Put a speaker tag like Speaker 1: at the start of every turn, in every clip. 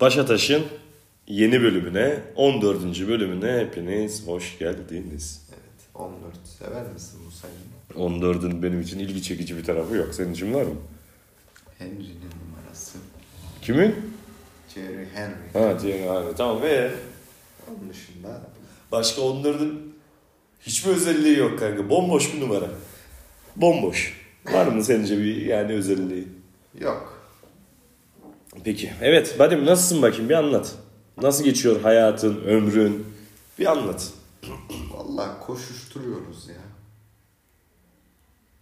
Speaker 1: Başataş'ın yeni bölümüne, 14. bölümüne hepiniz hoş geldiniz.
Speaker 2: Evet. 14. Sever misin bu sayıyı?
Speaker 1: 14'ün benim için ilgi çekici bir tarafı yok. Senin için var mı?
Speaker 2: Henry'nin numarası.
Speaker 1: Kimin?
Speaker 2: Jerry Henry.
Speaker 1: Ha diyelim abi. Tamam ve
Speaker 2: Onun dışında
Speaker 1: başka 14'ün hiçbir özelliği yok kanka. Bomboş bir numara. Bomboş. Var mı sence bir yani özelliği?
Speaker 2: yok.
Speaker 1: Peki. Evet Badim nasılsın bakayım bir anlat. Nasıl geçiyor hayatın, ömrün? Bir anlat.
Speaker 2: Vallahi koşuşturuyoruz ya.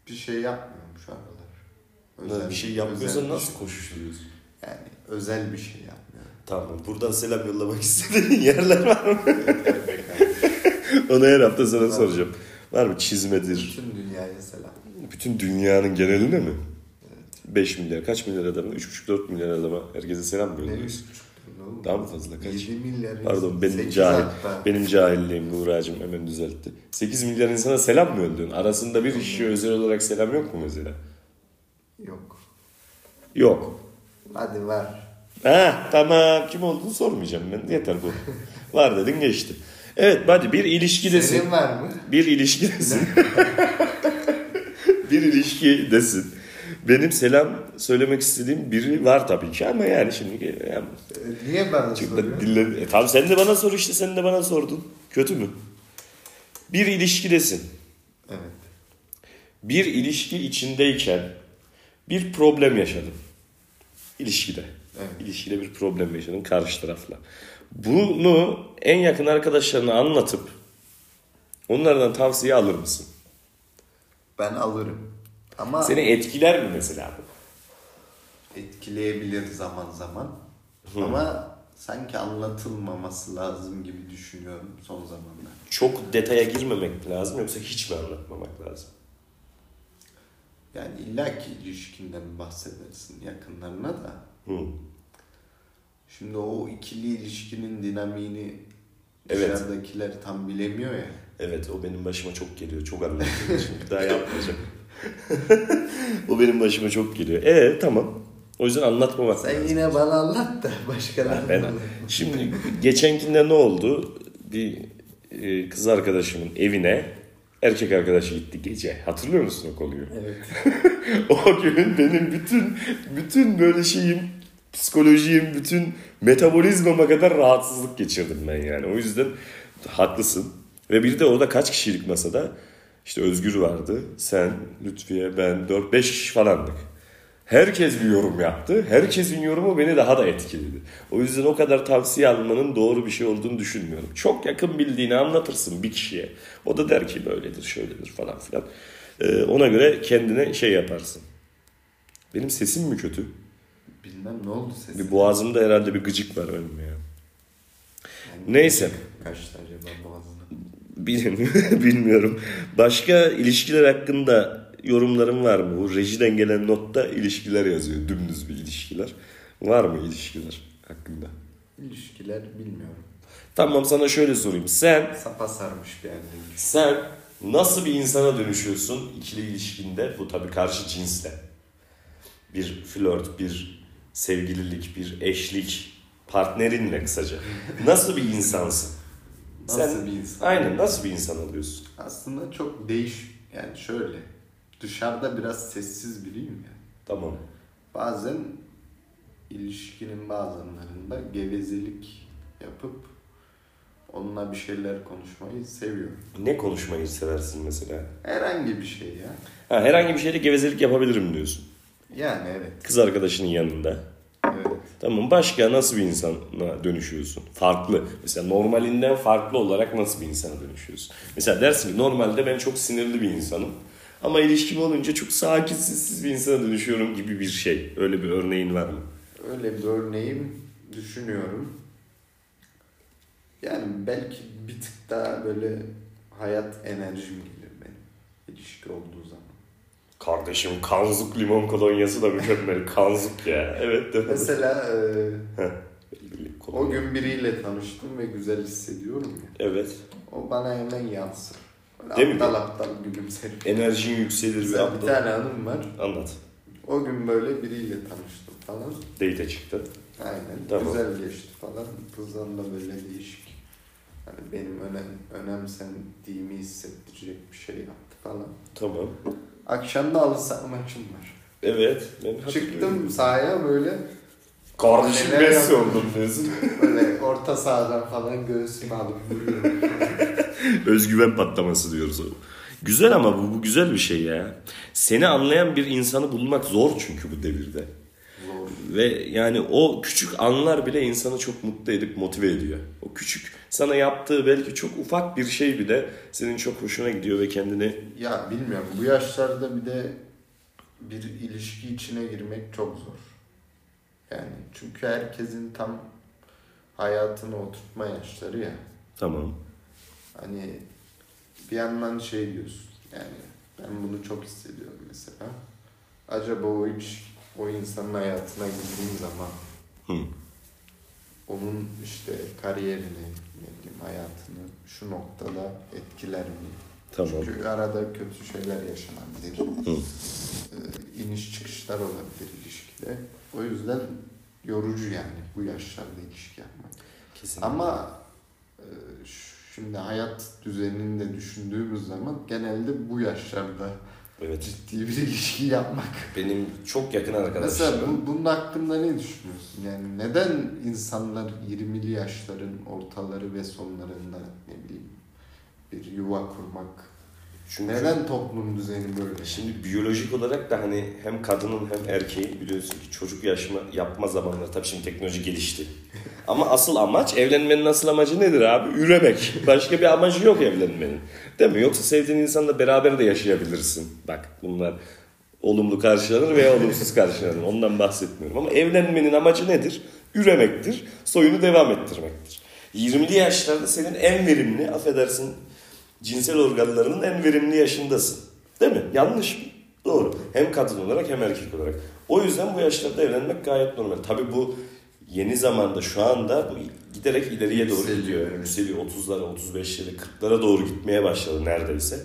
Speaker 2: Bir şey yapmıyorum şu aralar.
Speaker 1: bir şey yapmıyorsan
Speaker 2: özel bir
Speaker 1: nasıl
Speaker 2: şey-
Speaker 1: koşuşturuyorsun?
Speaker 2: Yani özel bir şey yapmıyorum.
Speaker 1: Tamam buradan selam yollamak istediğin yerler var mı?
Speaker 2: Evet, evet.
Speaker 1: Onu her hafta sana
Speaker 2: Var.
Speaker 1: soracağım. Var mı çizmedir?
Speaker 2: Bütün dünyaya selam.
Speaker 1: Bütün dünyanın geneline mi? 5 milyar, kaç milyar adama? 3,5-4 milyar adama herkese selam mı
Speaker 2: Ne
Speaker 1: yolluyorsun?
Speaker 2: üst buçuktur, ne olur.
Speaker 1: Daha mı fazla? Kaç?
Speaker 2: 7 milyar.
Speaker 1: Pardon benim
Speaker 2: sekiz
Speaker 1: cahil,
Speaker 2: hatta.
Speaker 1: benim cahilliğim Nuracığım hemen düzeltti. 8 milyar insana selam mı yolluyorsun? Arasında bir kişiye özel olarak selam yok mu mesela?
Speaker 2: Yok.
Speaker 1: Yok.
Speaker 2: Hadi ver.
Speaker 1: Ha tamam kim olduğunu sormayacağım ben. Yeter bu. Var dedin geçti. Evet hadi bir ilişkidesin.
Speaker 2: Senin var mı?
Speaker 1: Bir ilişkidesin. bir ilişkidesin. Benim selam söylemek istediğim biri var tabii ki ama yani şimdi yani,
Speaker 2: E, Niye bana
Speaker 1: çünkü
Speaker 2: soruyorsun?
Speaker 1: ben dille- e, tamam sen de bana sor işte sen de bana sordun. Kötü mü? Bir ilişkidesin.
Speaker 2: Evet.
Speaker 1: Bir ilişki içindeyken bir problem yaşadın. İlişkide.
Speaker 2: Evet.
Speaker 1: İlişkide bir problem yaşadın karşı tarafla. Bunu en yakın arkadaşlarına anlatıp onlardan tavsiye alır mısın?
Speaker 2: Ben alırım. Ama
Speaker 1: Seni etkiler mi mesela bu?
Speaker 2: etkileyebilir zaman zaman. Ama sanki anlatılmaması lazım gibi düşünüyorum son zamanlarda.
Speaker 1: Çok detaya girmemek mi lazım yoksa hiç mi anlatmamak lazım?
Speaker 2: Yani illaki ilişkinden bahsedersin yakınlarına da.
Speaker 1: Hı.
Speaker 2: Şimdi o ikili ilişkinin dinamiğini
Speaker 1: Evet.
Speaker 2: dışarıdakiler tam bilemiyor ya.
Speaker 1: Evet o benim başıma çok geliyor. Çok anlattığım için bir daha yapmayacağım. o benim başıma çok geliyor. E tamam. O yüzden anlatmamak lazım.
Speaker 2: Sen yine bana anlat da başkalarına
Speaker 1: Ben
Speaker 2: anlat.
Speaker 1: şimdi geçenkinde ne oldu? Bir e, kız arkadaşımın evine erkek arkadaşı gitti gece. Hatırlıyor musun o konuyu?
Speaker 2: Evet.
Speaker 1: o gün benim bütün bütün böyle şeyim, psikolojim, bütün metabolizmama kadar rahatsızlık geçirdim ben yani. O yüzden haklısın. Ve bir de orada kaç kişilik masada? İşte Özgür vardı, sen, Lütfiye, ben, 4-5 kişi falandık. Herkes bir yorum yaptı. Herkesin yorumu beni daha da etkiledi. O yüzden o kadar tavsiye almanın doğru bir şey olduğunu düşünmüyorum. Çok yakın bildiğini anlatırsın bir kişiye. O da der ki böyledir, şöyledir falan filan. Ee, ona göre kendine şey yaparsın. Benim sesim mi kötü?
Speaker 2: Bilmem ne oldu sesin.
Speaker 1: Bir boğazımda herhalde bir gıcık var benim ya. Neyse.
Speaker 2: Kaçtı acaba boğazına?
Speaker 1: Bilin, bilmiyorum. Başka ilişkiler hakkında yorumların var mı? Bu rejiden gelen notta ilişkiler yazıyor. Dümdüz bir ilişkiler. Var mı ilişkiler hakkında?
Speaker 2: İlişkiler bilmiyorum.
Speaker 1: Tamam sana şöyle sorayım. Sen
Speaker 2: Sapa sarmış bir halde.
Speaker 1: sen nasıl bir insana dönüşüyorsun ikili ilişkinde? Bu tabii karşı cinsle. Bir flört, bir sevgililik, bir eşlik, partnerinle kısaca. Nasıl bir insansın?
Speaker 2: Nasıl
Speaker 1: Sen-
Speaker 2: bir insan?
Speaker 1: Aynen nasıl bir insan oluyorsun?
Speaker 2: Aslında çok değiş yani şöyle dışarıda biraz sessiz biriyim ya.
Speaker 1: Tamam.
Speaker 2: Bazen ilişkinin bazı anlarında gevezelik yapıp onunla bir şeyler konuşmayı seviyorum.
Speaker 1: Ne konuşmayı seversin mesela?
Speaker 2: Herhangi bir şey ya.
Speaker 1: Ha, herhangi bir şeyde gevezelik yapabilirim diyorsun.
Speaker 2: Yani evet.
Speaker 1: Kız arkadaşının yanında.
Speaker 2: Evet.
Speaker 1: Tamam başka nasıl bir insana dönüşüyorsun? Farklı. Mesela normalinden farklı olarak nasıl bir insana dönüşüyorsun? Mesela dersin ki normalde ben çok sinirli bir insanım. Ama ilişkim olunca çok sakin, sessiz bir insana dönüşüyorum gibi bir şey. Öyle bir örneğin var mı?
Speaker 2: Öyle bir örneğim düşünüyorum. Yani belki bir tık daha böyle hayat enerjim gelir benim ilişki olduğu zaman.
Speaker 1: Kardeşim kanzuk limon kolonyası da mükemmel. kanzuk ya. Evet değil mi?
Speaker 2: Mesela e,
Speaker 1: Kolonya.
Speaker 2: O gün biriyle tanıştım ve güzel hissediyorum ya.
Speaker 1: Evet.
Speaker 2: O bana hemen yansır.
Speaker 1: Değil mi?
Speaker 2: aptal aptal gülümserim.
Speaker 1: Enerjin yükselir ve
Speaker 2: Mesela bir
Speaker 1: atla.
Speaker 2: tane hanım var.
Speaker 1: Anlat.
Speaker 2: O gün böyle biriyle tanıştım falan.
Speaker 1: Date çıktı.
Speaker 2: Aynen.
Speaker 1: Tamam.
Speaker 2: Güzel geçti falan. Kızlarla böyle değişik. Hani benim önem, önemsendiğimi hissettirecek bir şey yaptı falan.
Speaker 1: Tamam.
Speaker 2: Akşam da halı saha maçım var.
Speaker 1: Evet. Ben
Speaker 2: Çıktım sahaya böyle
Speaker 1: Kardeşim
Speaker 2: Neler
Speaker 1: Messi
Speaker 2: yaptın?
Speaker 1: oldum diyorsun.
Speaker 2: böyle orta sahadan falan göğsümü alıp vuruyorum.
Speaker 1: Özgüven patlaması diyoruz. Güzel ama bu, bu güzel bir şey ya. Seni anlayan bir insanı bulmak zor çünkü bu devirde.
Speaker 2: Zor.
Speaker 1: Ve yani o küçük anlar bile insanı çok mutlu edip motive ediyor. O küçük sana yaptığı belki çok ufak bir şey bile senin çok hoşuna gidiyor ve kendini
Speaker 2: Ya bilmiyorum bu yaşlarda bir de bir ilişki içine girmek çok zor. Yani çünkü herkesin tam hayatını oturtma yaşları ya.
Speaker 1: tamam
Speaker 2: Hani bir yandan şey diyorsun yani ben bunu çok hissediyorum mesela. Acaba o iş o insanın hayatına girdiğim zaman
Speaker 1: Hı.
Speaker 2: onun işte kariyerini, ne bileyim hayatını şu noktada etkiler mi?
Speaker 1: tamam
Speaker 2: Çünkü arada kötü şeyler yaşanabilir.
Speaker 1: Hı.
Speaker 2: Ee, iniş çıkışlar olabilir ilişkide. O yüzden yorucu yani bu yaşlarda ilişki yapmak.
Speaker 1: kesin
Speaker 2: Ama e, ş- şimdi hayat düzenini de düşündüğümüz zaman genelde bu yaşlarda
Speaker 1: evet
Speaker 2: ciddi bir ilişki yapmak.
Speaker 1: benim çok yakın arkadaşlarım
Speaker 2: Mesela bu, bunun hakkında ne düşünüyorsun? Yani neden insanlar 20'li yaşların ortaları ve sonlarında ne bileyim bir yuva kurmak?
Speaker 1: Çünkü-
Speaker 2: Neden toplum düzeni böyle?
Speaker 1: Şimdi biyolojik olarak da hani hem kadının hem erkeğin biliyorsun ki çocuk yaşma yapma zamanları tabii şimdi teknoloji gelişti. Ama asıl amaç evlenmenin asıl amacı nedir abi? Üremek. Başka bir amacı yok evlenmenin. Değil mi? Yoksa sevdiğin insanla beraber de yaşayabilirsin. Bak bunlar olumlu karşılanır veya olumsuz karşılanır. Ondan bahsetmiyorum. Ama evlenmenin amacı nedir? Üremektir. Soyunu devam ettirmektir. 20'li yaşlarda senin en verimli, affedersin cinsel organlarının en verimli yaşındasın. Değil mi? Yanlış mı? Doğru. Hem kadın olarak hem erkek olarak. O yüzden bu yaşlarda evlenmek gayet normal. Tabii bu yeni zamanda şu anda bu giderek ileriye doğru
Speaker 2: Yükseliyor,
Speaker 1: gidiyor.
Speaker 2: evet.
Speaker 1: Yükseliyor. 30'lara, 35'lere, 40'lara doğru gitmeye başladı neredeyse.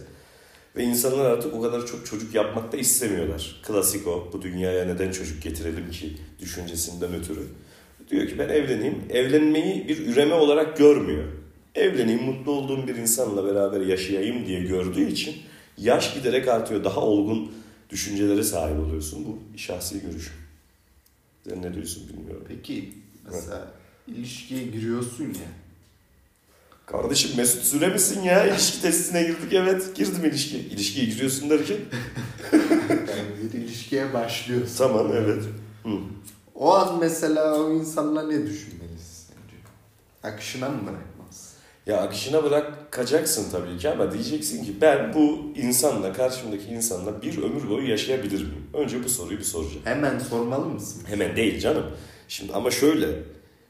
Speaker 1: Ve insanlar artık o kadar çok çocuk yapmak da istemiyorlar. Klasik o. Bu dünyaya neden çocuk getirelim ki düşüncesinden ötürü. Diyor ki ben evleneyim. Evlenmeyi bir üreme olarak görmüyor. Evleneyim, mutlu olduğum bir insanla beraber yaşayayım diye gördüğü için yaş giderek artıyor. Daha olgun düşüncelere sahip oluyorsun. Bu şahsi görüşüm. Sen ne diyorsun bilmiyorum.
Speaker 2: Peki mesela ilişkiye giriyorsun ya.
Speaker 1: Kardeşim Mesut Süre misin ya? İlişki testine girdik evet. Girdim ilişki. İlişkiye giriyorsun derken.
Speaker 2: Yani bir ilişkiye başlıyorsun.
Speaker 1: Tamam evet. Hı.
Speaker 2: O an mesela o insanla ne düşünmelisin sence? Akışına mı bırakmalısın?
Speaker 1: Ya akışına bırakacaksın tabii ki ama diyeceksin ki ben bu insanla, karşımdaki insanla bir ömür boyu yaşayabilir miyim? Önce bu soruyu bir soracağım.
Speaker 2: Hemen sormalı mısın?
Speaker 1: Hemen değil canım. Şimdi ama şöyle.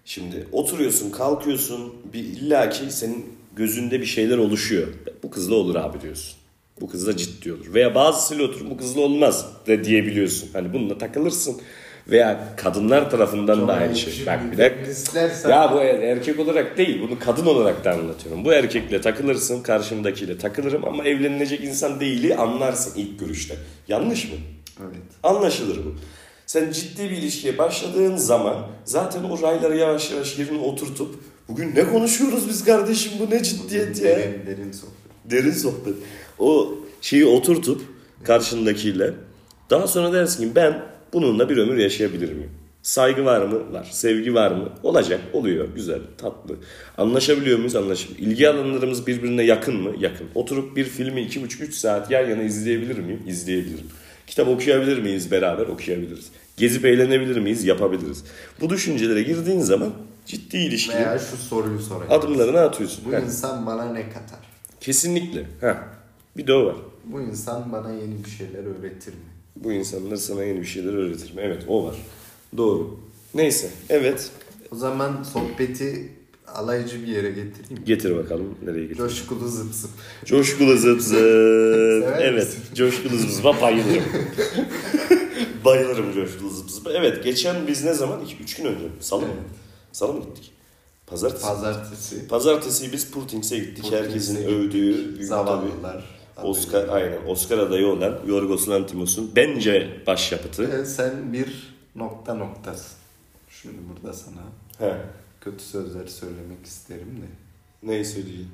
Speaker 1: Şimdi oturuyorsun, kalkıyorsun. Bir illaki senin gözünde bir şeyler oluşuyor. Bu kızla olur abi diyorsun. Bu kızla ciddi olur. Veya bazısıyla oturup bu kızla olmaz de diyebiliyorsun. Hani bununla takılırsın. Veya kadınlar tarafından da aynı şey. Bak bir dakika.
Speaker 2: dakika.
Speaker 1: Ya bu er- erkek olarak değil, bunu kadın olarak da anlatıyorum. Bu erkekle takılırsın, karşımdakiyle takılırım ama evlenilecek insan değili anlarsın ilk görüşte. Yanlış mı?
Speaker 2: Evet.
Speaker 1: Anlaşılır bu. Sen ciddi bir ilişkiye başladığın zaman zaten o rayları yavaş yavaş yerine oturtup bugün ne konuşuyoruz biz kardeşim bu ne ciddiyet ya
Speaker 2: Derin, derin sohbet.
Speaker 1: derin sohbet. O şeyi oturtup karşındakiyle daha sonra dersin ki ben bununla bir ömür yaşayabilir miyim? Saygı var mı? Var. Sevgi var mı? Olacak. Oluyor. Güzel. Tatlı. Anlaşabiliyor muyuz? Anlaşabiliyor. İlgi alanlarımız birbirine yakın mı? Yakın. Oturup bir filmi 2,5-3 saat yan yana izleyebilir miyim? İzleyebilirim. Kitap okuyabilir miyiz beraber? Okuyabiliriz. Gezip eğlenebilir miyiz? Yapabiliriz. Bu düşüncelere girdiğin zaman ciddi ilişkinin
Speaker 2: Veya şu soruyu sorayım.
Speaker 1: adımlarını atıyorsun.
Speaker 2: Bu
Speaker 1: Heh.
Speaker 2: insan bana ne katar?
Speaker 1: Kesinlikle. Heh. Bir de o var.
Speaker 2: Bu insan bana yeni bir şeyler öğretir mi?
Speaker 1: Bu insanlar sana yeni bir şeyler öğretir mi? Evet o var. Doğru. Neyse evet.
Speaker 2: O zaman sohbeti alaycı bir yere getireyim.
Speaker 1: Getir bakalım nereye getir.
Speaker 2: Coşkulu zıp zıp.
Speaker 1: Coşkulu zıp zıp. evet.
Speaker 2: misin?
Speaker 1: Coşkulu zıp zıpa bayılırım. bayılırım coşkulu zıp zıpa. Evet geçen biz ne zaman? 2-3 gün önce. Salı mı?
Speaker 2: Evet.
Speaker 1: Salı mı gittik? Pazartesi.
Speaker 2: Pazartesi.
Speaker 1: Pazartesi biz Purtings'e gittik.
Speaker 2: Purtings'e
Speaker 1: Herkesin
Speaker 2: gittik.
Speaker 1: övdüğü büyük tabii.
Speaker 2: Zavallılar.
Speaker 1: Oscar aynen Oscar adayı olan Yorgos Lanthimos'un bence başyapıtı.
Speaker 2: Ee, Sen bir nokta noktasın. Şimdi burada sana
Speaker 1: He.
Speaker 2: kötü sözler söylemek isterim de.
Speaker 1: Neyi söyleyeyim?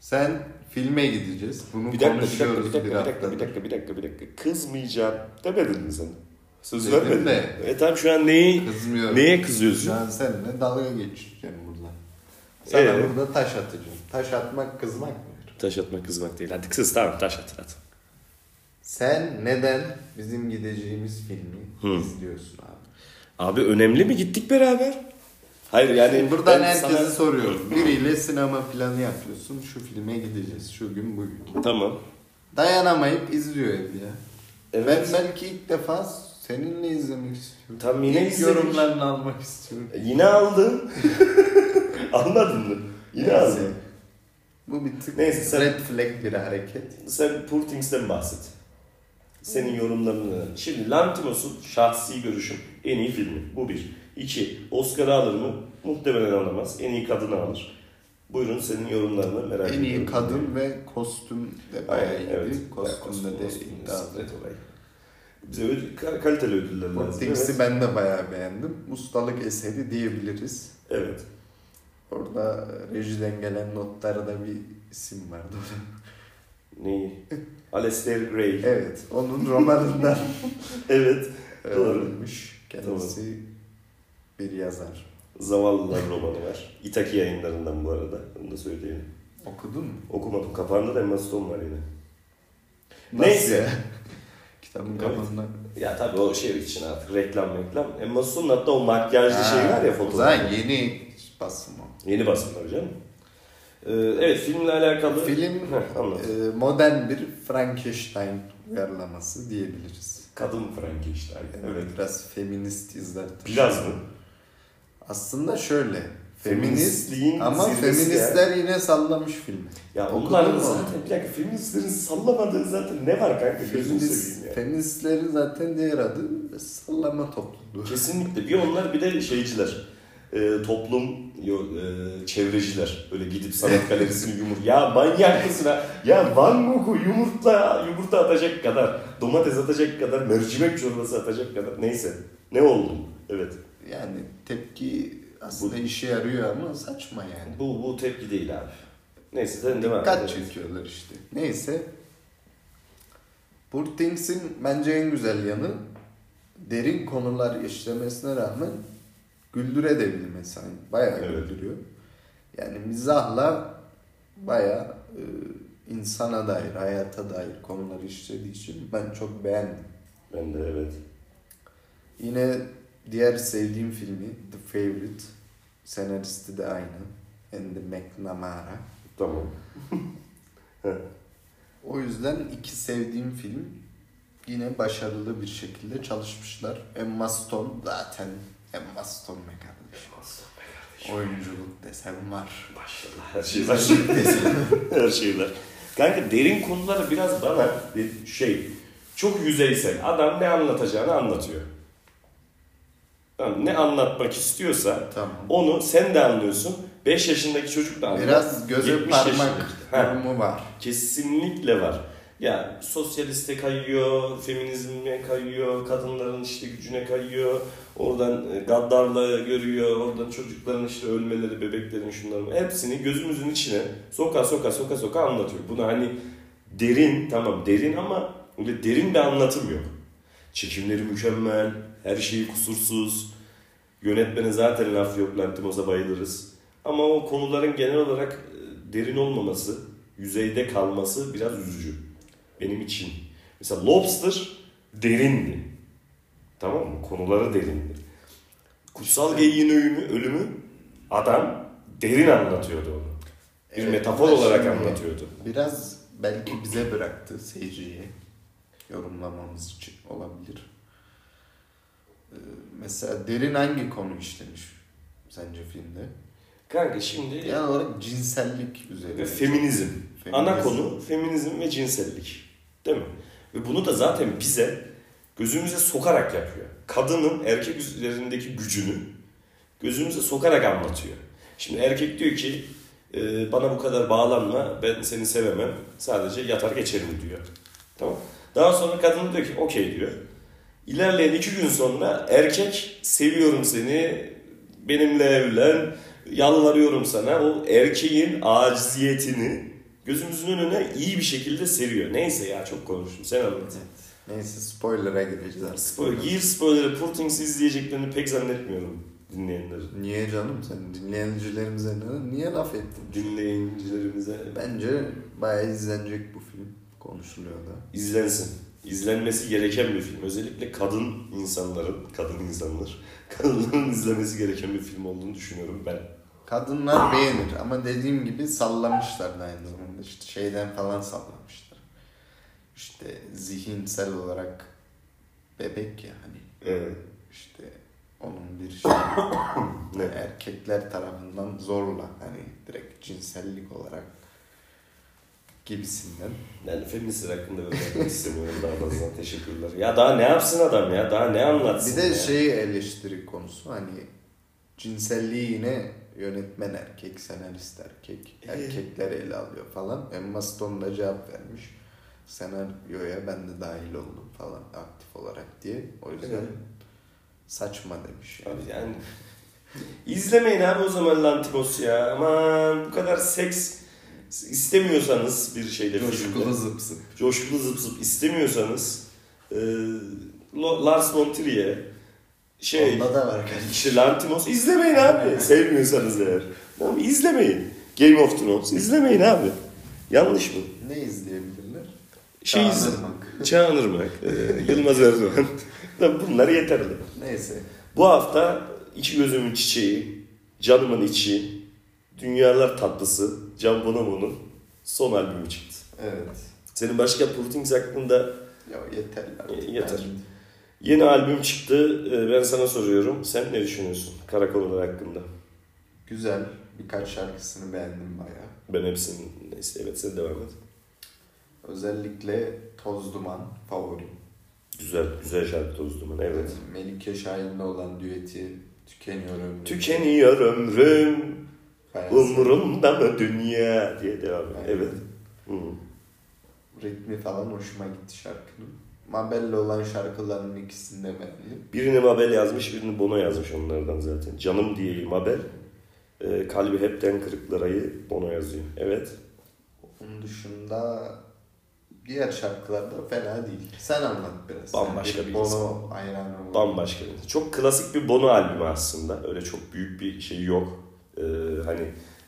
Speaker 2: Sen filme gideceğiz. Bunu
Speaker 1: Bir dakika, bir dakika,
Speaker 2: konuşuyoruz
Speaker 1: bir dakika, bir dakika,
Speaker 2: haftadır.
Speaker 1: bir dakika, bir dakika, bir dakika. Kızmayacağım demedin mi sen? Söz
Speaker 2: Dedim
Speaker 1: vermedin.
Speaker 2: de.
Speaker 1: E tamam şu an neyi,
Speaker 2: Kızmıyorum.
Speaker 1: neye kızıyorsun?
Speaker 2: Ben seninle dalga geçeceğim burada. Sana
Speaker 1: Ee?
Speaker 2: burada taş atacağım. Taş atmak kızmak mıdır?
Speaker 1: Taş atmak kızmak değil. Hadi kız tamam taş at at.
Speaker 2: Sen neden bizim gideceğimiz filmi izliyorsun abi?
Speaker 1: Abi önemli mi gittik beraber? Hayır yani
Speaker 2: Şimdi buradan
Speaker 1: ben
Speaker 2: herkese
Speaker 1: sana-
Speaker 2: soruyorum. Biriyle sinema planı yapıyorsun. Şu filme gideceğiz. Şu gün bugün.
Speaker 1: Tamam.
Speaker 2: Dayanamayıp izliyor ev ya.
Speaker 1: Evet.
Speaker 2: Ben belki ilk defa seninle izlemek istiyorum.
Speaker 1: Tam yine
Speaker 2: ilk
Speaker 1: izledik.
Speaker 2: yorumlarını almak istiyorum.
Speaker 1: Yine aldın. Anladın mı? Yine
Speaker 2: Neyse.
Speaker 1: aldın.
Speaker 2: Bu bir tık
Speaker 1: Neyse, sen-
Speaker 2: red flag bir hareket.
Speaker 1: Sen Purtings'ten bahset. Senin yorumlarını. Şimdi Lantimos'un şahsi görüşüm en iyi filmi. Bu bir. İki, Oscar'ı alır mı? Muhtemelen alamaz. En iyi kadını alır. Buyurun senin yorumlarını merak
Speaker 2: En
Speaker 1: ediyorum.
Speaker 2: iyi kadın ve kostüm de bayağı
Speaker 1: Aynen
Speaker 2: iyiydi.
Speaker 1: evet.
Speaker 2: Kostümde de
Speaker 1: kostüm,
Speaker 2: iddialı.
Speaker 1: evet, olay. Bize ödül, ka- kaliteli ödüller lazım.
Speaker 2: Portings'i
Speaker 1: evet.
Speaker 2: ben de bayağı beğendim. Ustalık eseri diyebiliriz.
Speaker 1: evet.
Speaker 2: Orada rejiden gelen notlarda bir isim vardı.
Speaker 1: Neyi? Alastair Gray.
Speaker 2: evet, onun romanından
Speaker 1: Evet. Doğru.
Speaker 2: öğrenilmiş. Kendisi bir yazar.
Speaker 1: Zavallılar romanı var. İtaki yayınlarından bu arada. Onu da söyleyelim.
Speaker 2: Okudun mu?
Speaker 1: Okumadım. Kapağında da Emma Stone var yine.
Speaker 2: Nasıl
Speaker 1: Neyse.
Speaker 2: ya? Kitabın
Speaker 1: Evet.
Speaker 2: kapağında.
Speaker 1: Ya tabii o şey için artık reklam reklam. Emma Stone'un hatta o makyajlı şey var ya
Speaker 2: O
Speaker 1: fotoğraf.
Speaker 2: zaman yeni basım o.
Speaker 1: Yeni basın tabii canım. Ee, evet filmle alakalı.
Speaker 2: Film
Speaker 1: Heh, anlat.
Speaker 2: e, modern bir Frankenstein uyarlaması diyebiliriz.
Speaker 1: Kadın Frankenstein.
Speaker 2: Yani
Speaker 1: Evet.
Speaker 2: Biraz feministiz zaten.
Speaker 1: Biraz mı?
Speaker 2: Aslında şöyle. Feminist
Speaker 1: Feministliğin
Speaker 2: ama
Speaker 1: zirvesi
Speaker 2: feministler yine sallamış filmi.
Speaker 1: Ya
Speaker 2: Okudun
Speaker 1: onların
Speaker 2: mu?
Speaker 1: zaten bir dakika feministlerin sallamadığı zaten ne var kanka gözünü
Speaker 2: Feminist,
Speaker 1: seveyim ya.
Speaker 2: feministlerin zaten diğer adı sallama topluluğu.
Speaker 1: Kesinlikle. Bir onlar bir de şeyciler. Ee, toplum yo, e, çevreciler. Böyle gidip sanat galerisini yumur. Ya manyak mısın ha? Ya Van Gogh'u yumurta, yumurta atacak kadar, domates atacak kadar, mercimek çorbası atacak kadar. Neyse. Ne oldum? Evet.
Speaker 2: Yani tepki aslında işe yarıyor ama saçma yani.
Speaker 1: Bu, bu tepki değil abi. Neyse sen devam
Speaker 2: Dikkat
Speaker 1: et.
Speaker 2: çekiyorlar işte. Neyse. Burtings'in bence en güzel yanı derin konular işlemesine rağmen güldürebilmesi. Yani bayağı
Speaker 1: Evet.
Speaker 2: güldürüyor. Yani mizahla bayağı e, insana dair, hayata dair konuları işlediği için ben çok beğendim.
Speaker 1: Ben de evet.
Speaker 2: Yine diğer sevdiğim filmi The Favorite. Senaristi de aynı. Andy McNamara.
Speaker 1: Tamam.
Speaker 2: O yüzden iki sevdiğim film yine başarılı bir şekilde çalışmışlar. Emma Stone zaten Emma Stone be kardeşim. Oyunculuk desem var.
Speaker 1: Başladı. Her şey başladı. Her şeyler. Kanka derin konuları biraz bana bir şey çok yüzeysel. Adam ne anlatacağını anlatıyor. Tamam, ne anlatmak istiyorsa
Speaker 2: Tamam.
Speaker 1: onu sen de anlıyorsun. 5 yaşındaki çocuk da anlıyor.
Speaker 2: Biraz göze
Speaker 1: 70 yaşındaki-
Speaker 2: parmak
Speaker 1: Ha,
Speaker 2: durumu var.
Speaker 1: kesinlikle var. Ya sosyaliste kayıyor, feminizme kayıyor, kadınların işte gücüne kayıyor. Oradan e, gaddarla görüyor, oradan çocukların işte ölmeleri, bebeklerin şunların hepsini gözümüzün içine soka soka soka soka anlatıyor. Bunu hani derin tamam derin ama öyle derin bir anlatım yok. Çekimleri mükemmel, her şeyi kusursuz. Yönetmene zaten laf yok, Lantimos'a bayılırız. Ama o konuların genel olarak e, derin olmaması, yüzeyde kalması biraz üzücü. Benim için. Mesela Lobster derindi. Tamam mı? Konuları derindi. Kutsal geyiğin ölümü, ölümü adam derin anlatıyordu onu. Bir
Speaker 2: Evet,
Speaker 1: metafor
Speaker 2: ben
Speaker 1: olarak
Speaker 2: şimdi-
Speaker 1: anlatıyordu.
Speaker 2: Biraz belki bize bıraktı seyirciye yorumlamamız için olabilir. Ee, Mesela derin hangi konu işlemiş sence filmde?
Speaker 1: Kanka şimdi
Speaker 2: Genel olarak cinsellik üzerine.
Speaker 1: ve feminizm.
Speaker 2: Feminizm.
Speaker 1: Ana konu feminizm ve cinsellik. Değil mi? Ve bunu da zaten bize gözümüze sokarak yapıyor. Kadının erkek üzerindeki gücünü gözümüze sokarak anlatıyor. Şimdi erkek diyor ki "E, bana bu kadar bağlanma ben seni sevemem sadece yatar geçerim diyor. Tamam. Daha sonra kadın diyor ki okey diyor. İlerleyen iki gün sonra erkek seviyorum seni benimle evlen yalvarıyorum sana o erkeğin aciziyetini gözümüzün önüne iyi bir şekilde seriyor. Neyse ya çok konuştum sen anlat.
Speaker 2: Neyse spoiler'a gireceğiz artık.
Speaker 1: Spoiler, Gear spoiler'ı Purtings izleyeceklerini pek zannetmiyorum dinleyenlerin.
Speaker 2: Niye canım sen dinleyicilerimize ne, niye laf ettin?
Speaker 1: Dinleyicilerimize
Speaker 2: Bence bayağı izlenecek bu film. Konuşuluyor da.
Speaker 1: izlensin. İzlenmesi gereken bir film. Özellikle kadın insanların, kadın insanlar, kadınların izlemesi gereken bir film olduğunu düşünüyorum ben.
Speaker 2: Kadınlar beğenir ama dediğim gibi sallamışlar da aynı zamanda. İşte şeyden falan sallamışlar. İşte zihinsel olarak bebek ya hani
Speaker 1: Evet.
Speaker 2: işte onun bir şey
Speaker 1: Ne?
Speaker 2: erkekler tarafından zorla hani direkt cinsellik olarak gibisinden.
Speaker 1: Yani feministler hakkında öğrenmek istemiyorum daha fazla. Teşekkürler. Ya daha ne yapsın adam ya? Daha ne anlatsın
Speaker 2: Bir de
Speaker 1: ya?
Speaker 2: şey eleştiri konusu hani cinselliği yine yönetmen erkek, senarist erkek,
Speaker 1: Ee?
Speaker 2: erkekler ele alıyor falan. Emma Stone da cevap vermiş. Senaryoya ben de dahil oldum falan aktif olarak diye. O yüzden
Speaker 1: Evet.
Speaker 2: saçma demiş. Yani.
Speaker 1: Abi yani izlemeyin abi o zaman Lantimos ya. Aman bu kadar seks istemiyorsanız bir şeyde filmde.
Speaker 2: Coşkulu zıp zıp.
Speaker 1: coşkulu zıp zıp istemiyorsanız e, Lo- Lars von Trier'e şey
Speaker 2: Onda da var kardeşim.
Speaker 1: işte Lantimos izlemeyin abi sevmiyorsanız eğer. Tamam izlemeyin. Game of Thrones izlemeyin abi. Yanlış mı?
Speaker 2: Ne izleyebilirler?
Speaker 1: Şey izle.
Speaker 2: Çağınırmak.
Speaker 1: Çağınırmak. e, Yılmaz Erdoğan. Lan Bunlar yeterli.
Speaker 2: Neyse.
Speaker 1: Bu hafta iki gözümün çiçeği, canımın içi, dünyalar tatlısı, Can Bonomo'nun son albümü çıktı.
Speaker 2: Evet.
Speaker 1: Senin başka Purtings hakkında
Speaker 2: Ya yeterli artık.
Speaker 1: Yeter.
Speaker 2: Ben-
Speaker 1: Yeni albüm çıktı. Ee, Ben sana soruyorum. Sen ne düşünüyorsun Karakollar hakkında?
Speaker 2: Güzel. Birkaç şarkısını beğendim bayağı.
Speaker 1: Ben hepsini neyse evet sen devam et.
Speaker 2: Özellikle Toz Duman favorim.
Speaker 1: Güzel, güzel şarkı tozduman evet.
Speaker 2: Melike Şahin'le olan düeti Tükeniyor Ömrüm.
Speaker 1: Tükeniyor ömrüm,
Speaker 2: Bayağı
Speaker 1: umurumda mı dünya diye devam et.
Speaker 2: Aynen.
Speaker 1: Evet. Hı.
Speaker 2: Ritmi falan hoşuma gitti şarkının. Mabel'le olan şarkıların ikisini de beğendim.
Speaker 1: Birini Mabel yazmış, birini Bono yazmış onlardan zaten. Canım diye Mabel, e, kalbi hepten kırıklarayı Bono yazıyor. Evet.
Speaker 2: Onun dışında diğer şarkılar da fena değil. Sen anlat biraz.
Speaker 1: Bambaşka
Speaker 2: Sen
Speaker 1: bir
Speaker 2: Bono hayranı olan-
Speaker 1: bambaşka. bir- Çok klasik bir Bono albümü aslında. Öyle çok büyük bir şey yok. Ee, hani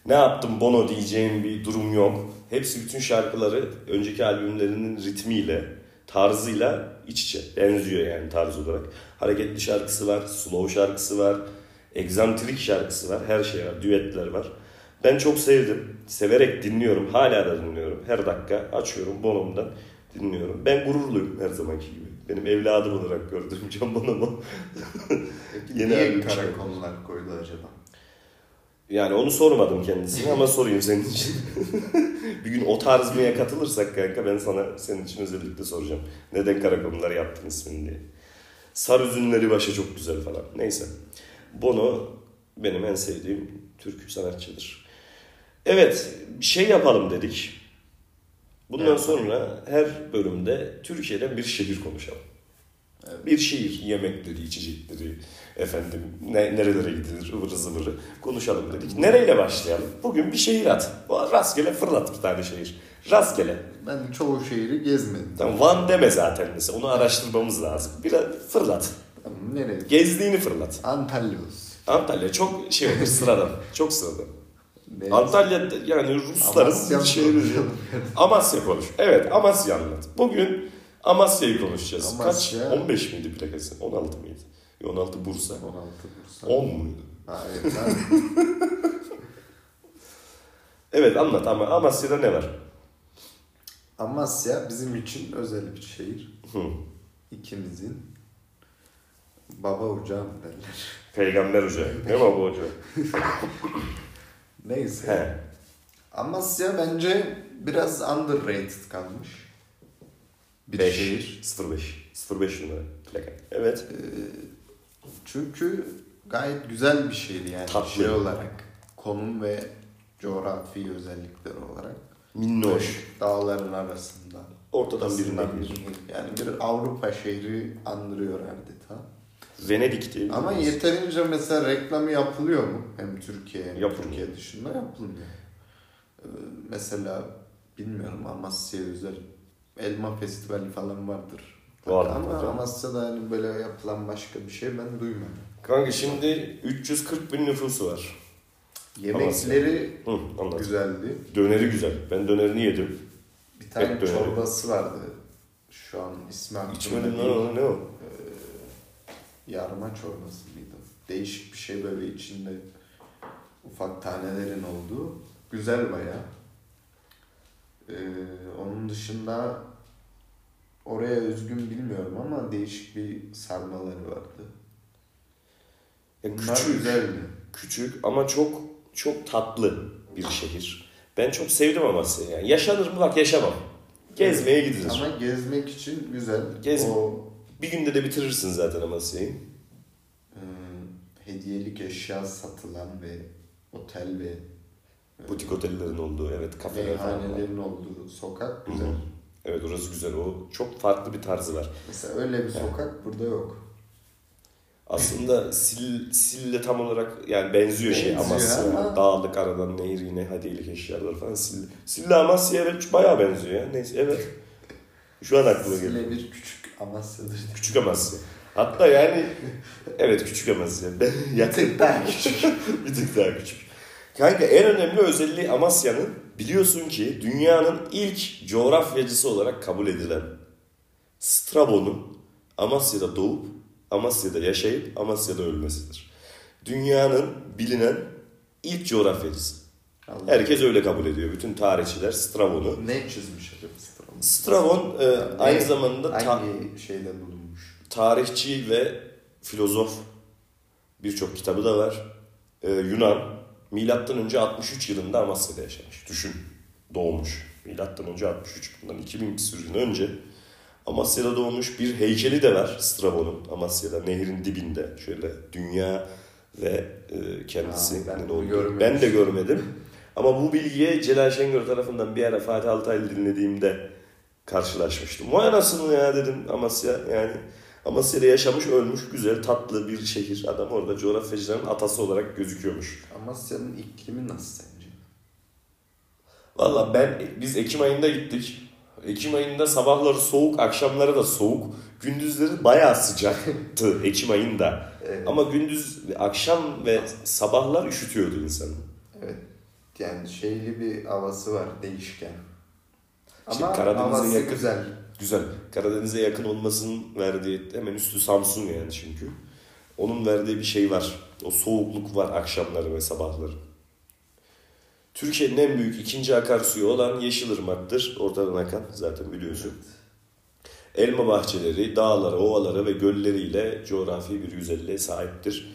Speaker 1: ne yaptım Bono diyeceğim bir durum yok. Hepsi bütün şarkıları önceki albümlerinin ritmiyle, tarzıyla iç içe. Benziyor yani tarz olarak. Hareketli şarkısı var, slow şarkısı var, egzantrik şarkısı var, her şey var, düetler var. Ben çok sevdim. Severek dinliyorum. Hala da dinliyorum. Her dakika açıyorum Bono'mdan dinliyorum. Ben gururluyum her zamanki gibi. Benim evladım olarak gördüğüm Can Bonomo.
Speaker 2: Peki
Speaker 1: Yeni
Speaker 2: niye
Speaker 1: albüm çıktı.
Speaker 2: karakollar koydu acaba?
Speaker 1: Yani onu sormadım kendisine ama sorayım senin için. bir gün o tarz bir katılırsak kanka ben sana senin için özellikle soracağım. Neden karakollar yaptın ismini diye. Sarı üzünleri başa çok güzel falan. Neyse. Bono benim en sevdiğim Türk sanatçıdır. Evet bir şey yapalım dedik. Bundan
Speaker 2: Evet.
Speaker 1: sonra her bölümde Türkiye'den bir şehir konuşalım.
Speaker 2: Evet.
Speaker 1: Bir şehir, yemekleri, içecekleri, efendim ne, nerelere gidilir, ıvırı zıvırı konuşalım dedik. Nereyle başlayalım? Bugün bir şehir at. Rastgele fırlat bir tane şehir. Rastgele.
Speaker 2: Ben çoğu şehri gezmedim.
Speaker 1: Tamam, Van deme zaten mesela. Onu araştırmamız lazım. Biraz fırlat.
Speaker 2: Tamam, nereye?
Speaker 1: Gezdiğini fırlat.
Speaker 2: Antalya olsun.
Speaker 1: Antalya çok şey olur sıradan. çok sıradan.
Speaker 2: Ne?
Speaker 1: Antalya şey yani
Speaker 2: Amasya
Speaker 1: Rusların
Speaker 2: mı?
Speaker 1: şehri. Amasya konuş. Evet Amasya anlat. Bugün Amasya'yı konuşacağız.
Speaker 2: Amasya.
Speaker 1: Kaç? 15 miydi plakası? 16 mıydı? Yo, 16 Bursa.
Speaker 2: 16 Bursa.
Speaker 1: 10 muydu?
Speaker 2: Hayır lan.
Speaker 1: Evet anlat ama Amasya'da ne var?
Speaker 2: Amasya bizim için özel bir şehir.
Speaker 1: Hı.
Speaker 2: İkimizin baba ocağı mı derler.
Speaker 1: Peygamber Hoca. Ne var bu hoca?
Speaker 2: Neyse.
Speaker 1: He.
Speaker 2: Amasya bence biraz underrated kalmış. Bir
Speaker 1: Beş.
Speaker 2: şehir.
Speaker 1: 05. 05 numara plaka. Evet.
Speaker 2: Çünkü gayet güzel bir şehir yani
Speaker 1: Tatlı.
Speaker 2: şey olarak. konum ve coğrafi özellikleri olarak Hani
Speaker 1: Minnoş.
Speaker 2: dağların arasında
Speaker 1: Ortadan birine
Speaker 2: Aslında
Speaker 1: gir.
Speaker 2: bir- Yani bir Avrupa şehri andırıyor adeta.
Speaker 1: Venedik'ti.
Speaker 2: Ama yeterince mesela reklamı yapılıyor mu? Hem Türkiye hem
Speaker 1: Yapılmıyor.
Speaker 2: Türkiye dışında yapılmıyor. Ee, mesela bilmiyorum Amasya özel elma festivali falan vardır.
Speaker 1: Var.
Speaker 2: Ama
Speaker 1: Tabii.
Speaker 2: Amasya'da hani böyle yapılan başka bir şey ben duymadım.
Speaker 1: Kanka şimdi 340 bin nüfusu var.
Speaker 2: Yemekleri
Speaker 1: Hı, anladım.
Speaker 2: güzeldi.
Speaker 1: Döneri güzel. Ben dönerini yedim.
Speaker 2: Bir tane
Speaker 1: Et döneri.
Speaker 2: çorbası vardı. Şu an ismi aklımda
Speaker 1: İçmedim lan
Speaker 2: değil.
Speaker 1: onu ne o?
Speaker 2: Yarma çorbası mıydı? Değişik bir şey böyle içinde ufak tanelerin olduğu. Güzel baya. Ee, onun dışında oraya özgün bilmiyorum ama değişik bir sarmaları vardı.
Speaker 1: Ya
Speaker 2: Bunlar
Speaker 1: E, küçük,
Speaker 2: güzeldi.
Speaker 1: küçük ama çok çok tatlı bir şehir. Ben çok sevdim Amasya'yı. Yani yaşanır mı bak yaşamam. Gezmeye gidilir.
Speaker 2: Ama gezmek için güzel.
Speaker 1: Gez-
Speaker 2: O
Speaker 1: Bir günde de bitirirsin zaten Amasya'yı.
Speaker 2: e, hediyelik eşya satılan ve otel ve
Speaker 1: Butik otellerin olduğu evet kafeler falan. var.
Speaker 2: meyhanelerin olduğu sokak güzel.
Speaker 1: Hı hı. Evet orası güzel. O çok farklı bir tarzı var.
Speaker 2: Mesela öyle bir sokak burada yok.
Speaker 1: Aslında Sil, Sil'le tam olarak yani benziyor, şey
Speaker 2: Benziyor
Speaker 1: Amasya.
Speaker 2: ama-
Speaker 1: Dağlık aradan nehir yine hediyelik eşyalar falan. Sil, Sil'le Amasya evet bayağı benziyor ya. Neyse evet. Şu an aklıma geldi.
Speaker 2: Sizle bir küçük Amasya'dır.
Speaker 1: Küçük Amasya. Hatta yani evet küçük Amasya. Ben yakın
Speaker 2: daha küçük.
Speaker 1: bir tık daha küçük. Kanka en önemli özelliği Amasya'nın biliyorsun ki dünyanın ilk coğrafyacısı olarak kabul edilen Strabon'un Amasya'da doğup Amasya'da yaşayıp Amasya'da ölmesidir. Dünyanın bilinen ilk coğrafyacısı. Herkes öyle kabul ediyor. Bütün tarihçiler Strabon'u.
Speaker 2: ne çizmiş acaba Strabon?
Speaker 1: Strabon e, aynı zamanda ta-
Speaker 2: Hangi şeyde bulunmuş?
Speaker 1: tarihçi ve filozof birçok kitabı da var. Ee, Yunan milattan önce 63 yılında Amasya'da yaşamış. Düşün. Doğmuş. Milattan önce 63 bundan 2000 küsur yıl önce Amasya'da doğmuş bir heykeli de var Strabon'un Amasya'da nehrin dibinde şöyle dünya ve e, kendisi.
Speaker 2: Aa, ben
Speaker 1: ne
Speaker 2: bunu
Speaker 1: oldu?
Speaker 2: görmemiştim.
Speaker 1: ben de görmedim. Ama bu bilgiye Celal Şengör tarafından bir ara Fatih Altaylı dinlediğimde karşılaşmıştım. Vay anasını ya dedim Amasya yani Amasya'da yaşamış, ölmüş, güzel, tatlı bir şehir. Adam orada coğrafyacıların atası olarak gözüküyormuş.
Speaker 2: Amasya'nın iklimi nasıl sence?
Speaker 1: Valla ben, biz Ekim ayında gittik. Ekim ayında sabahları soğuk, akşamları da soğuk. Gündüzleri bayağı sıcaktı Ekim ayında.
Speaker 2: Evet.
Speaker 1: Ama gündüz, akşam ve sabahlar üşütüyordu insanı.
Speaker 2: Evet. Yani şeyli bir havası var değişken.
Speaker 1: İşte
Speaker 2: Ama
Speaker 1: Karadeniz'e
Speaker 2: havası
Speaker 1: yakın.
Speaker 2: güzel.
Speaker 1: Güzel. Karadeniz'e yakın olmasının verdiği hemen üstü Samsun yani çünkü. Onun verdiği bir şey var. O soğukluk var akşamları ve sabahları. Türkiye'nin en büyük ikinci akarsuyu olan Yeşilırmak'tır. Oradan akan zaten biliyorsun. Elma bahçeleri, dağları, ovaları ve gölleriyle coğrafi bir güzelliğe sahiptir.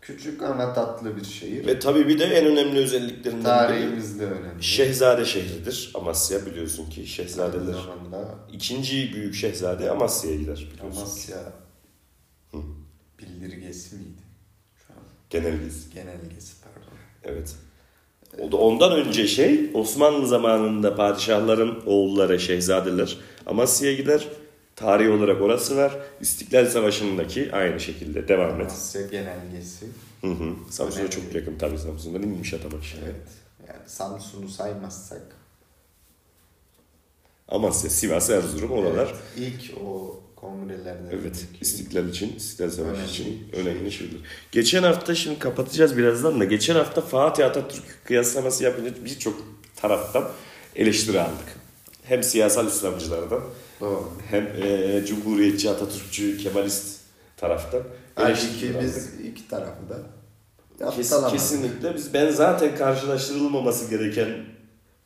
Speaker 2: Küçük ama tatlı bir şehir.
Speaker 1: Ve tabii bir de en önemli özelliklerinden biri
Speaker 2: Tarihimizde önemli.
Speaker 1: Şehzade şehridir. Amasya biliyorsun ki
Speaker 2: Aynı
Speaker 1: şehzadeler.
Speaker 2: zamanda
Speaker 1: İkinci büyük şehzade Amasya'ya gider biliyorsun.
Speaker 2: Amasya
Speaker 1: Hı.
Speaker 2: bildirgesi miydi? Şu an
Speaker 1: Genelgesi.
Speaker 2: genelgesi pardon.
Speaker 1: Evet. O da ondan önce şey Osmanlı zamanında padişahların oğulları, şehzadeler Amasya'ya gider. Tarih olarak orası var. İstiklal Savaşı'ndaki aynı şekilde devam et.
Speaker 2: Amasya genelgesi.
Speaker 1: Hı hı. Samsun'a çok yakın tabii Samsun'dan inmiş adam aşağıya.
Speaker 2: Evet. Yani Samsun'u saymazsak.
Speaker 1: Amasya, Sivas, Erzurum oralar.
Speaker 2: Evet, ilk o kongrelerden.
Speaker 1: Evet.
Speaker 2: önceki-
Speaker 1: İstiklal için, İstiklal Savaşı
Speaker 2: Önemli
Speaker 1: için
Speaker 2: şey.
Speaker 1: önemli şeyler. Geçen hafta şimdi kapatacağız birazdan da geçen hafta Fatih Atatürk kıyaslaması yapınca birçok taraftan eleştiri aldık. Hem siyasal İslamcılardan
Speaker 2: Doğru.
Speaker 1: hem e, Cumhuriyetçi, Atatürkçü, Kemalist taraftan
Speaker 2: Halbuki
Speaker 1: eleştiri aldık.
Speaker 2: biz iki tarafı da
Speaker 1: Kes-
Speaker 2: aptalamadık.
Speaker 1: kesinlikle biz ben zaten karşılaştırılmaması gereken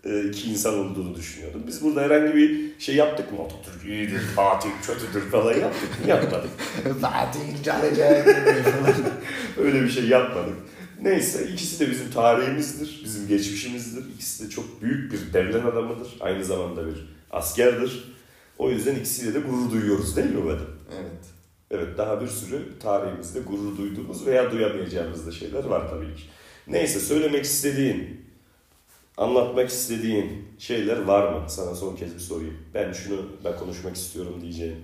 Speaker 1: e, iki insan olduğunu düşünüyordum. Biz burada herhangi bir şey yaptık mı? Atatürk iyidir, Fatih kötüdür falan yaptık mı? Yapmadık.
Speaker 2: Fatih Canıcı gibi falan.
Speaker 1: Öyle bir şey yapmadık. Neyse ikisi de bizim tarihimizdir, bizim geçmişimizdir. İkisi de çok büyük bir devlet adamıdır. Aynı zamanda bir askerdir. O yüzden ikisiyle de gurur duyuyoruz değil mi Vadim?
Speaker 2: evet.
Speaker 1: Evet daha bir sürü tarihimizde gurur duyduğumuz veya duyamayacağımız da şeyler var tabii ki. Neyse söylemek istediğin, anlatmak istediğin şeyler var mı? Sana son kez bir sorayım. Ben şunu ben konuşmak istiyorum diyeceğim.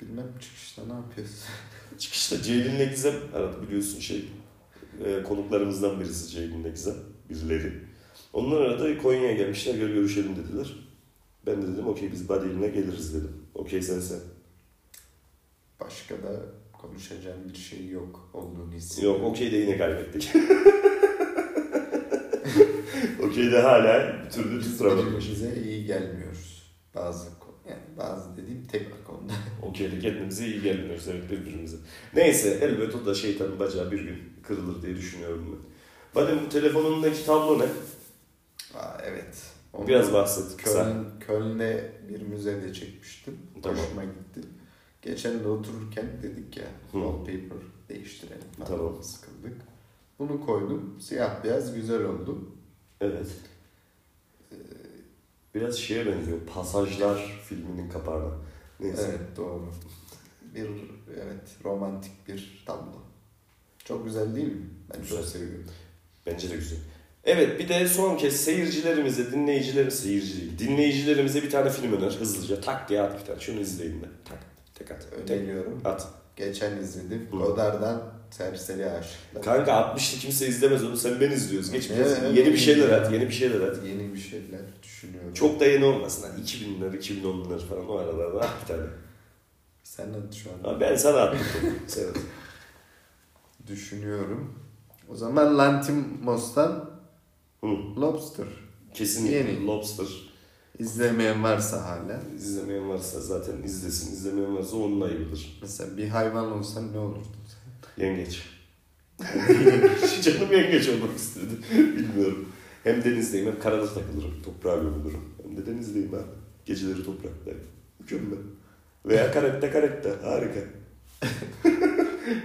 Speaker 2: Bilmem çıkışta ne yapıyorsun?
Speaker 1: Çıkışta Ceylin'le Gizem aradı biliyorsun şey e, konuklarımızdan birisi Ceylin'le Gizem birileri. Onlar arada Konya'ya gelmişler gel görüşelim dediler. Ben de dedim okey biz Badil'ine geliriz dedim. Okey sen sen.
Speaker 2: Başka da konuşacağım bir şey yok olduğunu hissediyorum.
Speaker 1: Yok okey de yine kaybettik. okey de hala bir türlü
Speaker 2: Biz
Speaker 1: tutturamadık.
Speaker 2: birbirimize iyi gelmiyoruz. Bazı konu, yani bazı dediğim tek bir konuda.
Speaker 1: Okeylik etmemize iyi gelmiyoruz evet birbirimize. Neyse elbet o da şeytanın bacağı bir gün kırılır diye düşünüyorum ben. Badem bu telefonundaki tablo ne?
Speaker 2: Aa, evet. Onu
Speaker 1: Biraz bahset kısa.
Speaker 2: Köln, Köln'de bir müzede çekmiştim.
Speaker 1: Tamam.
Speaker 2: Hoşuma gitti. Geçen de otururken dedik ya
Speaker 1: Hı.
Speaker 2: wallpaper değiştirelim falan
Speaker 1: Tamam.
Speaker 2: sıkıldık. Bunu koydum. Siyah beyaz güzel oldu.
Speaker 1: Evet. Ee, Biraz şeye benziyor. Pasajlar filminin kapağına. Neyse.
Speaker 2: Evet doğru. Bir evet romantik bir tablo. Çok güzel değil mi? Ben
Speaker 1: Güzel.
Speaker 2: çok seviyorum.
Speaker 1: Bence de güzel. Evet bir de son kez seyircilerimize, dinleyicilerimize, seyirci değil, dinleyicilerimize bir tane film öner hızlıca. Tak diye at bir tane. Şunu izleyin de. Tak. Tek at. Tek.
Speaker 2: Öneriyorum.
Speaker 1: At.
Speaker 2: Geçen izledim.
Speaker 1: Hı.
Speaker 2: Godard'dan Serseri Aşıklar.
Speaker 1: Kanka 60'lı kimse izlemez onu. Sen ben izliyoruz. Geç biraz.
Speaker 2: Evet, evet.
Speaker 1: yeni bir şeyler at. Yeni bir şeyler at.
Speaker 2: Yeni bir şeyler düşünüyorum.
Speaker 1: Çok da yeni olmasın. Hani 2000'ler, 2010'lar falan o aralarda at bir tane.
Speaker 2: Sen at şu an.
Speaker 1: Ha, ben sana attım. Sen at.
Speaker 2: Düşünüyorum. O zaman Lantimos'tan
Speaker 1: Hı.
Speaker 2: Lobster.
Speaker 1: Kesinlikle
Speaker 2: Yeni.
Speaker 1: Lobster.
Speaker 2: İzlemeyen varsa hala.
Speaker 1: İzlemeyen varsa zaten izlesin. İzlemeyen varsa onun ayıbıdır.
Speaker 2: Mesela bir hayvan olsan ne olurdu?
Speaker 1: Yengeç. Canım yengeç olmak istedi. Bilmiyorum. Hem denizdeyim hem karada takılırım. Toprağa gömülürüm. Hem de denizdeyim abi. Geceleri topraktayım. Mükemmel. Veya karette karette. Harika.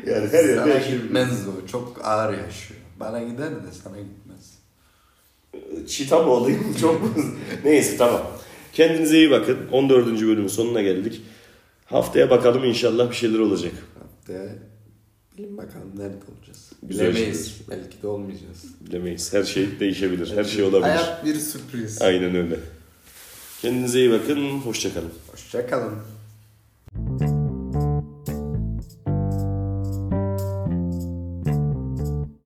Speaker 1: yani her yerde
Speaker 2: sana
Speaker 1: yaşayabilirim.
Speaker 2: gitmez o. Çok ağır yaşıyor. Bana gider de sana gitmez.
Speaker 1: Çita mı olayım? Çok mu? Neyse tamam. Kendinize iyi bakın. 14. bölümün sonuna geldik. Haftaya bakalım inşallah bir şeyler olacak.
Speaker 2: Haftaya bilin bakalım nerede olacağız.
Speaker 1: Güzel
Speaker 2: Bilemeyiz. Belki de olmayacağız.
Speaker 1: Demeyiz. Her şey değişebilir. Her şey olabilir.
Speaker 2: Hayat bir sürpriz.
Speaker 1: Aynen öyle. Kendinize iyi bakın. Hoşçakalın.
Speaker 2: Hoşçakalın.